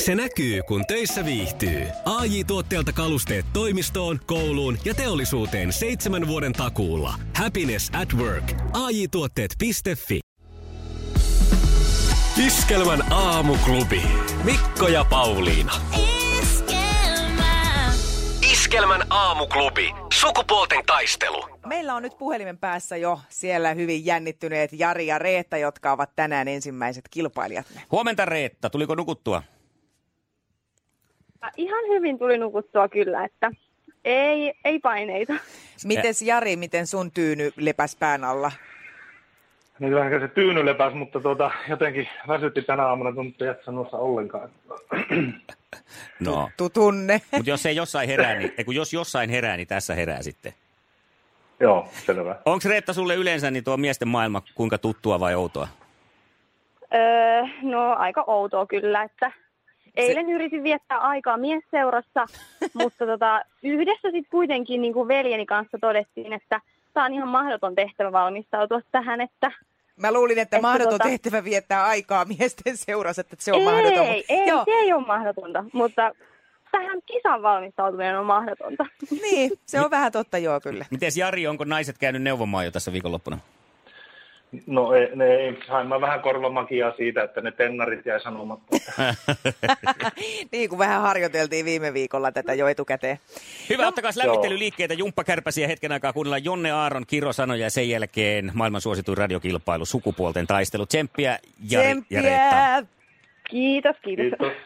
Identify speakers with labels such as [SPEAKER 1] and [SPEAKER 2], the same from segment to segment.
[SPEAKER 1] Se näkyy, kun töissä viihtyy. ai tuotteelta kalusteet toimistoon, kouluun ja teollisuuteen seitsemän vuoden takuulla. Happiness at work. ai tuotteetfi Iskelmän aamuklubi. Mikko ja Pauliina.
[SPEAKER 2] Iskelmää.
[SPEAKER 1] Iskelmän aamuklubi. Sukupuolten taistelu.
[SPEAKER 3] Meillä on nyt puhelimen päässä jo siellä hyvin jännittyneet Jari ja Reetta, jotka ovat tänään ensimmäiset kilpailijatne.
[SPEAKER 4] Huomenta Reetta, tuliko nukuttua?
[SPEAKER 5] Ja Ihan hyvin tuli nukuttua kyllä, että ei, ei paineita.
[SPEAKER 3] Mites Jari, miten sun tyyny lepäs pään alla?
[SPEAKER 6] No kyllähän se tyyny lepäs, mutta tuota, jotenkin väsytti tänä aamuna, että nyt ei jaksa nuossa ollenkaan.
[SPEAKER 4] No.
[SPEAKER 3] Tu tunne.
[SPEAKER 4] Mutta jos ei jossain herää, niin, ei kun jos jossain herää, niin tässä herää sitten.
[SPEAKER 6] Joo, selvä.
[SPEAKER 4] Onko Reetta sulle yleensä niin tuo miesten maailma kuinka tuttua vai outoa?
[SPEAKER 5] Öö, no aika outoa kyllä, että eilen yritin viettää aikaa miesseurassa, mutta tota, yhdessä sitten kuitenkin niin kuin veljeni kanssa todettiin, että tämä on ihan mahdoton tehtävä valmistautua tähän, että
[SPEAKER 3] Mä luulin, että,
[SPEAKER 5] Että
[SPEAKER 3] mahdoton
[SPEAKER 5] tota-
[SPEAKER 3] tehtävä viettää aikaa miesten seurassa, että se on
[SPEAKER 5] ei,
[SPEAKER 3] mahdoton.
[SPEAKER 5] ei,
[SPEAKER 3] mut-
[SPEAKER 5] ei,
[SPEAKER 3] Joo,
[SPEAKER 5] se ei ole mahdotonta, mutta tähän kisan valmistautuminen on mahdotonta.
[SPEAKER 3] niin, se on vähän totta joo kyllä.
[SPEAKER 4] Mites Jari, onko naiset käynyt neuvomaan jo tässä viikonloppuna?
[SPEAKER 6] No ei, ne, ei, sain mä vähän korvamakiaa siitä, että ne tennarit jäi sanomatta.
[SPEAKER 3] Niin kuin vähän harjoiteltiin viime viikolla tätä jo etukäteen.
[SPEAKER 4] Hyvä, ottakaa lämmittelyliikkeitä, jumppakärpäsiä hetken aikaa kuunnella Jonne Aaron kirosanoja ja sen jälkeen maailman suosituin radiokilpailu Sukupuolten taistelu. Tsemppiä, Jari ja Reetta.
[SPEAKER 3] Tsemppiä!
[SPEAKER 5] Kiitos, kiitos.
[SPEAKER 6] Kiitos.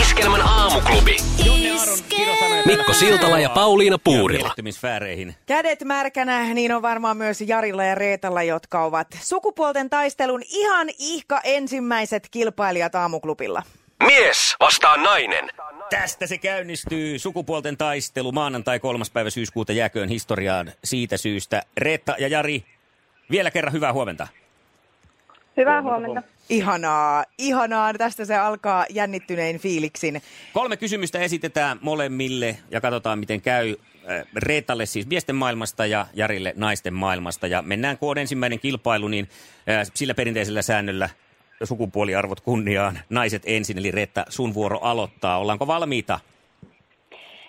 [SPEAKER 1] Iskelmän aamuklubi.
[SPEAKER 4] Jonne Aaron kirosanoja.
[SPEAKER 1] Mikko Siltala ja Pauliina Puurila.
[SPEAKER 4] Mielettömyysfääreihin.
[SPEAKER 3] Kädet märkänä, niin on varmaan myös Jarilla ja Reetalla, jotka ovat sukupuolten taistelun ihan ihka ensimmäiset kilpailijat aamuklubilla.
[SPEAKER 1] Mies vastaa nainen.
[SPEAKER 4] Tästä se käynnistyy. Sukupuolten taistelu maanantai 3. päivä syyskuuta jääköön historiaan siitä syystä. Reetta ja Jari, vielä kerran hyvää huomenta.
[SPEAKER 5] Hyvää huomenta.
[SPEAKER 3] Ihanaa, ihanaa. Tästä se alkaa jännittynein fiiliksin.
[SPEAKER 4] Kolme kysymystä esitetään molemmille ja katsotaan miten käy. Äh, Reetalle siis miesten maailmasta ja Jarille naisten maailmasta. Ja mennään, kun on ensimmäinen kilpailu, niin äh, sillä perinteisellä säännöllä sukupuoliarvot kunniaan. Naiset ensin, eli Reetta, sun vuoro aloittaa. Ollaanko valmiita?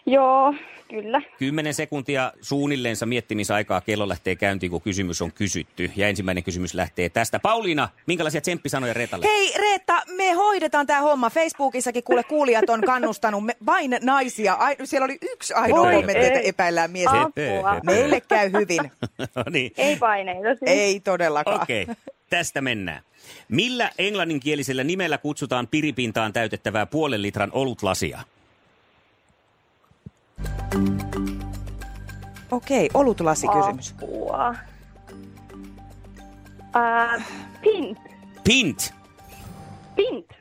[SPEAKER 5] Joo, kyllä.
[SPEAKER 4] 10 sekuntia suunnilleensa miettimisaikaa kello lähtee käyntiin, kun kysymys on kysytty. Ja ensimmäinen kysymys lähtee tästä. Pauliina, minkälaisia tsemppisanoja Reetalle?
[SPEAKER 3] Hei Reetta, me hoidetaan tämä homma. Facebookissakin kuule kuulijat on kannustanut me, vain naisia. Ai, siellä oli yksi ainoa
[SPEAKER 4] Voi
[SPEAKER 3] kommentti, että
[SPEAKER 5] ei.
[SPEAKER 3] epäillään mies.
[SPEAKER 4] Ah.
[SPEAKER 5] Apua.
[SPEAKER 3] Meille käy hyvin.
[SPEAKER 4] no niin.
[SPEAKER 5] Ei paineita siis.
[SPEAKER 3] Ei todellakaan.
[SPEAKER 4] Okei, okay. tästä mennään. Millä englanninkielisellä nimellä kutsutaan piripintaan täytettävää puolen litran olutlasia?
[SPEAKER 3] Okei, okay, olutlasi
[SPEAKER 4] Ah.
[SPEAKER 3] kysymys.
[SPEAKER 5] Apua. Äh, pint.
[SPEAKER 4] Pint.
[SPEAKER 5] Pint.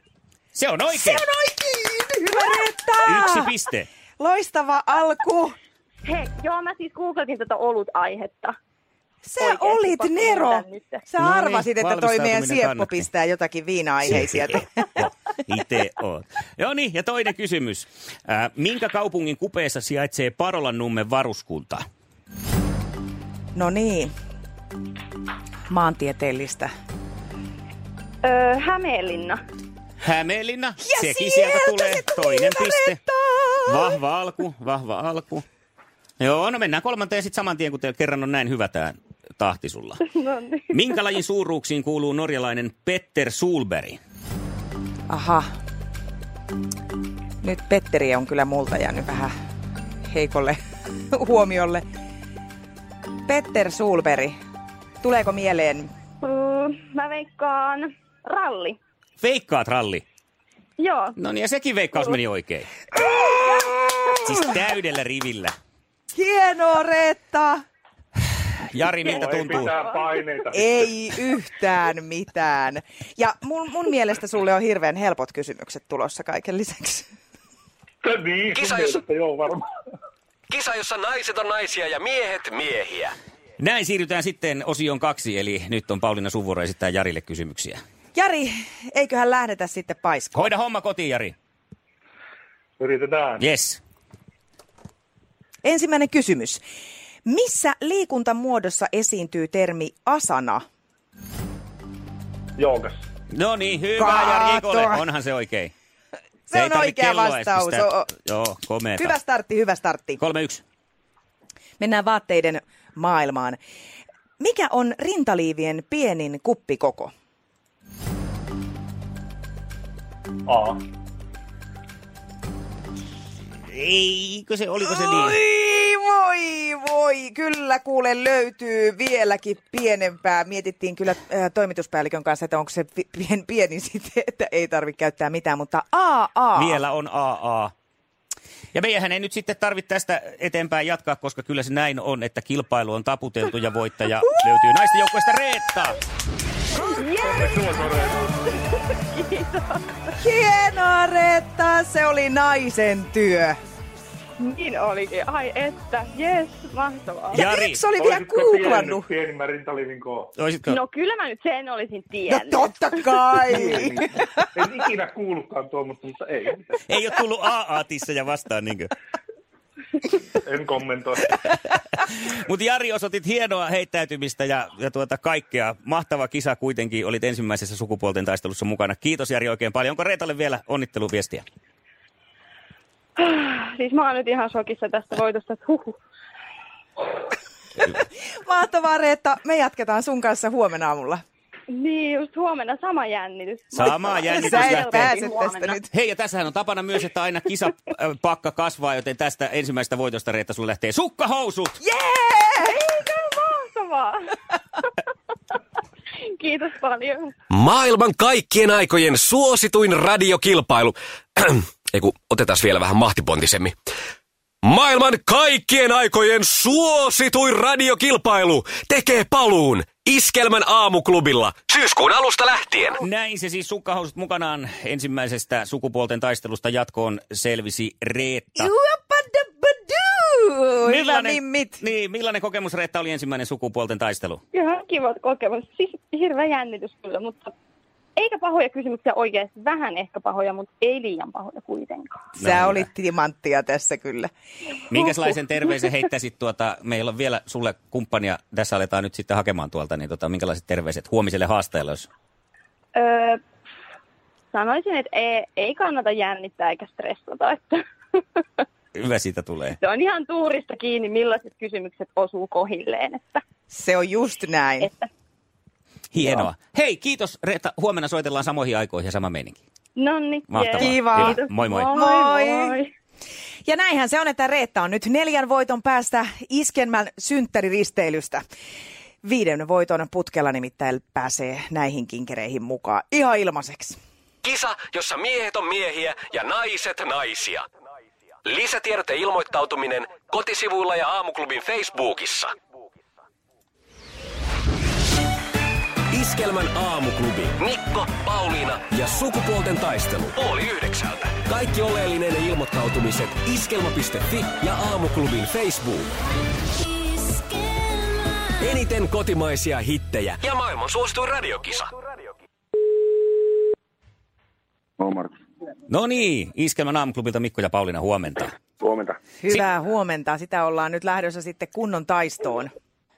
[SPEAKER 4] Se on oikein. Se on
[SPEAKER 3] Oikein, hyvä Reetta!
[SPEAKER 4] Yksi piste.
[SPEAKER 3] Loistava alku.
[SPEAKER 5] Hei, joo, mä siis googlasin tätä olut-aihetta.
[SPEAKER 3] Sä
[SPEAKER 5] Oikeesti,
[SPEAKER 3] olit
[SPEAKER 5] pakko
[SPEAKER 3] Nero.
[SPEAKER 5] myöntää nyt.
[SPEAKER 3] Sä
[SPEAKER 4] No niin,
[SPEAKER 3] arvasit, että toi meidän
[SPEAKER 4] valmistautuminen
[SPEAKER 3] sieppo
[SPEAKER 4] kannatti.
[SPEAKER 3] pistää jotakin viina-aiheisia.
[SPEAKER 4] Itse oot. Joo niin, ja toinen kysymys. Äh, minkä kaupungin kupeessa sijaitsee Parolan nummen varuskunta?
[SPEAKER 3] No niin. Maantieteellistä.
[SPEAKER 5] Öö, Hämeenlinna.
[SPEAKER 4] Hämeenlinna,
[SPEAKER 3] Ja
[SPEAKER 4] sekin
[SPEAKER 3] sieltä
[SPEAKER 4] sieltä tulee.
[SPEAKER 3] se tuli
[SPEAKER 4] Toinen
[SPEAKER 3] Ilta
[SPEAKER 4] piste.
[SPEAKER 3] Rettaan.
[SPEAKER 4] Vahva alku, vahva alku. Joo, no mennään kolmanteen sitten saman tien, kun teillä kerran on näin hyvä tämä tahti sulla.
[SPEAKER 5] No niin.
[SPEAKER 4] Minkä lajin suuruuksiin kuuluu norjalainen Petter Sulberg?
[SPEAKER 3] Aha. Nyt Petteri on kyllä multa jäänyt vähän heikolle huomiolle. Petter Sulberi. Tuleeko mieleen?
[SPEAKER 5] Öö, Mä veikkaan ralli.
[SPEAKER 4] Veikkaat ralli.
[SPEAKER 5] Joo.
[SPEAKER 4] No niin, ja sekin veikkaus meni oikein. Siis täydellä rivillä.
[SPEAKER 3] Hienoa, Reetta!
[SPEAKER 4] Jari, miltä
[SPEAKER 6] Ei
[SPEAKER 4] tuntuu?
[SPEAKER 6] mitään paineita.
[SPEAKER 3] Ei yhtään mitään. Ja mun, mun mielestä sulle on hirveän helpot kysymykset tulossa kaiken lisäksi.
[SPEAKER 6] Niin,
[SPEAKER 1] Kisa,
[SPEAKER 6] Kisa,
[SPEAKER 1] jos-
[SPEAKER 6] jos... joo varmaan.
[SPEAKER 1] Kisa, jossa naiset on naisia ja miehet miehiä.
[SPEAKER 4] Näin siirrytään sitten osioon kaksi, eli nyt on Pauliina Suvuoro esittää Jarille kysymyksiä.
[SPEAKER 3] Jari, eiköhän lähdetä sitten paiskaan.
[SPEAKER 4] Hoida homma kotiin, Jari.
[SPEAKER 6] Yritetään.
[SPEAKER 4] Yes.
[SPEAKER 3] Ensimmäinen kysymys. Missä liikuntamuodossa esiintyy termi asana?
[SPEAKER 6] Jookas.
[SPEAKER 4] No niin, hyvä Jari Ikolle.
[SPEAKER 3] Kaato.
[SPEAKER 4] Onhan se oikein.
[SPEAKER 3] Se
[SPEAKER 4] ei
[SPEAKER 3] on
[SPEAKER 4] tarvitse
[SPEAKER 3] oikea
[SPEAKER 4] kelloa edes
[SPEAKER 3] vastaus.
[SPEAKER 4] pistää.
[SPEAKER 3] Oo.
[SPEAKER 4] Joo, komeeta.
[SPEAKER 3] Hyvä startti, hyvä startti.
[SPEAKER 4] Kolme yksi.
[SPEAKER 3] Mennään vaatteiden maailmaan. Mikä on rintaliivien pienin kuppikoko?
[SPEAKER 6] A.
[SPEAKER 4] Eikö se, oliko se niin?
[SPEAKER 3] Oi, voi, voi. Kyllä kuule löytyy vieläkin pienempää. Mietittiin kyllä äh, toimituspäällikön kanssa, että onko se pi- pien, pieni sitten, että ei tarvitse käyttää mitään, mutta AA.
[SPEAKER 4] Vielä on AA. Ja meidän ei nyt sitten tarvitse tästä eteenpäin jatkaa, koska kyllä se näin on, että kilpailu on taputeltu ja voittaja löytyy naisten joukkueesta Reetta.
[SPEAKER 3] Hienoa, Reetta. Se oli naisen työ.
[SPEAKER 5] Niin olikin. Ai että, jes, mahtavaa.
[SPEAKER 4] Ja- Jari,
[SPEAKER 3] Miksi oli vielä
[SPEAKER 6] Olisitko
[SPEAKER 3] googlannut? No
[SPEAKER 6] tiennyt Pienimmän rintalivin koon.
[SPEAKER 4] Olisitko?
[SPEAKER 5] No kyllä mä nyt sen olisin
[SPEAKER 3] No
[SPEAKER 5] tiennyt.
[SPEAKER 3] totta kai.
[SPEAKER 6] en ikinä kuullutkaan tuommoista, mutta ei.
[SPEAKER 4] Ei ole tullut AA-tissejä vastaan, niinkö?
[SPEAKER 6] En kommentoi.
[SPEAKER 4] Mutta Jari, osoitit hienoa heittäytymistä ja, ja tuota kaikkea. Mahtava kisa kuitenkin. Olit ensimmäisessä sukupuolten taistelussa mukana. Kiitos Jari oikein paljon. Onko Reetalle vielä onnitteluviestiä?
[SPEAKER 5] Siis mä oon nyt ihan shokissa tästä voitosta, että huhu.
[SPEAKER 3] Mahtavaa, Reetta. Me jatketaan sun kanssa huomenna aamulla.
[SPEAKER 5] Niin, just huomenna sama jännitys.
[SPEAKER 4] Sama jännitys
[SPEAKER 3] Sä et
[SPEAKER 4] lähtee.
[SPEAKER 3] pääse
[SPEAKER 5] Huomenna.
[SPEAKER 3] tästä nyt.
[SPEAKER 4] Hei, ja tässähän on tapana myös, että aina kisapakka kasvaa, joten tästä ensimmäisestä voitosta Reetta sulle lähtee sukkahousut.
[SPEAKER 3] Jee!
[SPEAKER 5] Mahtavaa. Kiitos paljon.
[SPEAKER 1] Maailman kaikkien aikojen suosituin radiokilpailu. Ei kun, otetaan vielä vähän mahtipontisemmin. Maailman kaikkien aikojen suosituin radiokilpailu tekee paluun Iskelmän aamuklubilla syyskuun alusta lähtien.
[SPEAKER 4] Näin se siis sukkahousut mukanaan ensimmäisestä sukupuolten taistelusta jatkoon selvisi Reetta.
[SPEAKER 3] Juoppadabaduu! Hyvä mimmit.
[SPEAKER 4] niin, millainen kokemus Reetta oli ensimmäinen sukupuolten taistelu?
[SPEAKER 5] Ihan kivat kokemus. Siis hirveä jännitys kyllä, mutta eikä pahoja kysymyksiä oikeasti. Vähän ehkä pahoja, mutta ei liian pahoja kuitenkaan.
[SPEAKER 3] Sä olit timanttia tässä kyllä.
[SPEAKER 4] Minkälaisen terveisen heittäisit tuota, meillä on vielä sulle kumppania, tässä aletaan nyt sitten hakemaan tuolta, niin tota, minkälaiset terveiset huomiselle haastajalle, jos
[SPEAKER 5] Öö, sanoisin, että ei, ei kannata jännittää eikä stressata. Että
[SPEAKER 4] hyvä siitä tulee?
[SPEAKER 5] se on ihan tuurista kiinni, millaiset kysymykset osuu kohilleen. Että,
[SPEAKER 3] Se on just näin.
[SPEAKER 5] että.
[SPEAKER 4] Hienoa. Hei, kiitos Reetta, huomenna soitellaan samoihin aikoihin ja sama meininki.
[SPEAKER 5] Nonni,
[SPEAKER 4] Mahtavaa.
[SPEAKER 5] jees.
[SPEAKER 3] Kiva.
[SPEAKER 4] Hyvä. Moi moi.
[SPEAKER 5] moi.
[SPEAKER 3] Moi.
[SPEAKER 5] moi.
[SPEAKER 3] Ja näinhän se on, että Reetta on nyt neljän voiton päästä iskelmän synttäriristeilystä. Viiden voiton putkella nimittäin pääsee näihin kinkereihin mukaan ihan ilmaiseksi.
[SPEAKER 1] Kisa, jossa miehet on miehiä ja naiset naisia. Lisätiedot ja ilmoittautuminen kotisivuilla ja aamuklubin Facebookissa. Iskelmän aamuklubi. Mikko, Pauliina ja sukupuolten taistelu. Oli yhdeksältä. Kaikki oleellinen ja ilmoittautumiset iskelma.fi ja aamuklubin Facebook. Eniten kotimaisia hittejä ja maailman suosituin radiokisa.
[SPEAKER 2] No Markus,
[SPEAKER 4] No niin, Iskelmän aamuklubilta Mikko ja Pauliina huomenta.
[SPEAKER 2] huomenta.
[SPEAKER 3] Hyvää huomenta. Sitä ollaan nyt lähdössä sitten kunnon taistoon.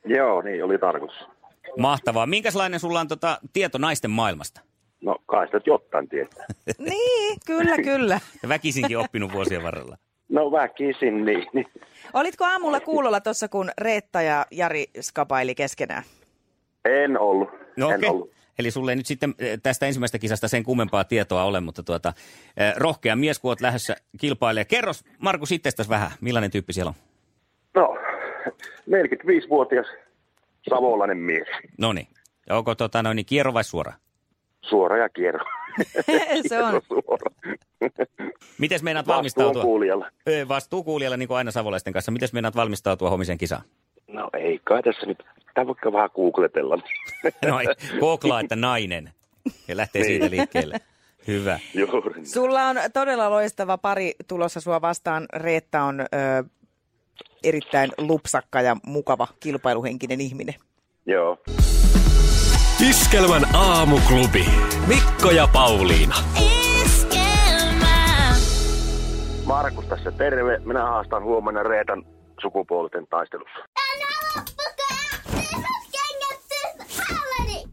[SPEAKER 2] Joo, niin oli tarkoitus.
[SPEAKER 4] Mahtavaa. Minkälainen sulla on tota, tieto naisten maailmasta?
[SPEAKER 2] No kai sitä nyt jotain tietää.
[SPEAKER 3] Niin, kyllä, kyllä.
[SPEAKER 4] Ja väkisinkin oppinut vuosien varrella.
[SPEAKER 2] No väkisin niin. niin.
[SPEAKER 3] Olitko aamulla kuulolla tuossa, kun Reetta ja Jari skapaili keskenään?
[SPEAKER 2] En ollut.
[SPEAKER 4] No
[SPEAKER 2] en
[SPEAKER 4] okei.
[SPEAKER 2] ollut.
[SPEAKER 4] Eli sulle ei nyt sitten eh, tästä ensimmäisestä kisasta sen kummempaa tietoa ole, mutta tuota, eh, rohkea mies, kun oot lähdössä kilpailemaan. Kerros Markus itsestäsi vähän, millainen tyyppi siellä on?
[SPEAKER 2] No, 45-vuotias savolainen mies.
[SPEAKER 4] No niin. Onko tota, no, niin kierro vai suora?
[SPEAKER 2] Suora ja kierro.
[SPEAKER 3] se on.
[SPEAKER 2] Suora.
[SPEAKER 4] Miten meinaat
[SPEAKER 2] Vastuu on
[SPEAKER 4] valmistautua?
[SPEAKER 2] kuulijalla.
[SPEAKER 4] Ö, Vastuu kuulijalla, niin kuin aina savolaisten kanssa. Miten meinaat valmistautua huomisen kisaan?
[SPEAKER 2] No ei kai tässä nyt. Tämä vaikka vähän googletella.
[SPEAKER 4] No ei, googlaa, että nainen. Ja lähtee siitä
[SPEAKER 2] Niin.
[SPEAKER 4] liikkeelle. Hyvä.
[SPEAKER 2] Juuri. niin.
[SPEAKER 3] Sulla on todella loistava pari tulossa sua vastaan. Reetta on ö, erittäin lupsakka ja mukava kilpailuhenkinen ihminen.
[SPEAKER 2] Joo.
[SPEAKER 1] Iskelmän aamuklubi. Mikko ja Pauliina.
[SPEAKER 2] Markus tässä terve. Minä haastan huomenna Reetan sukupuolten taistelussa.
[SPEAKER 7] And I will forget this is holiday.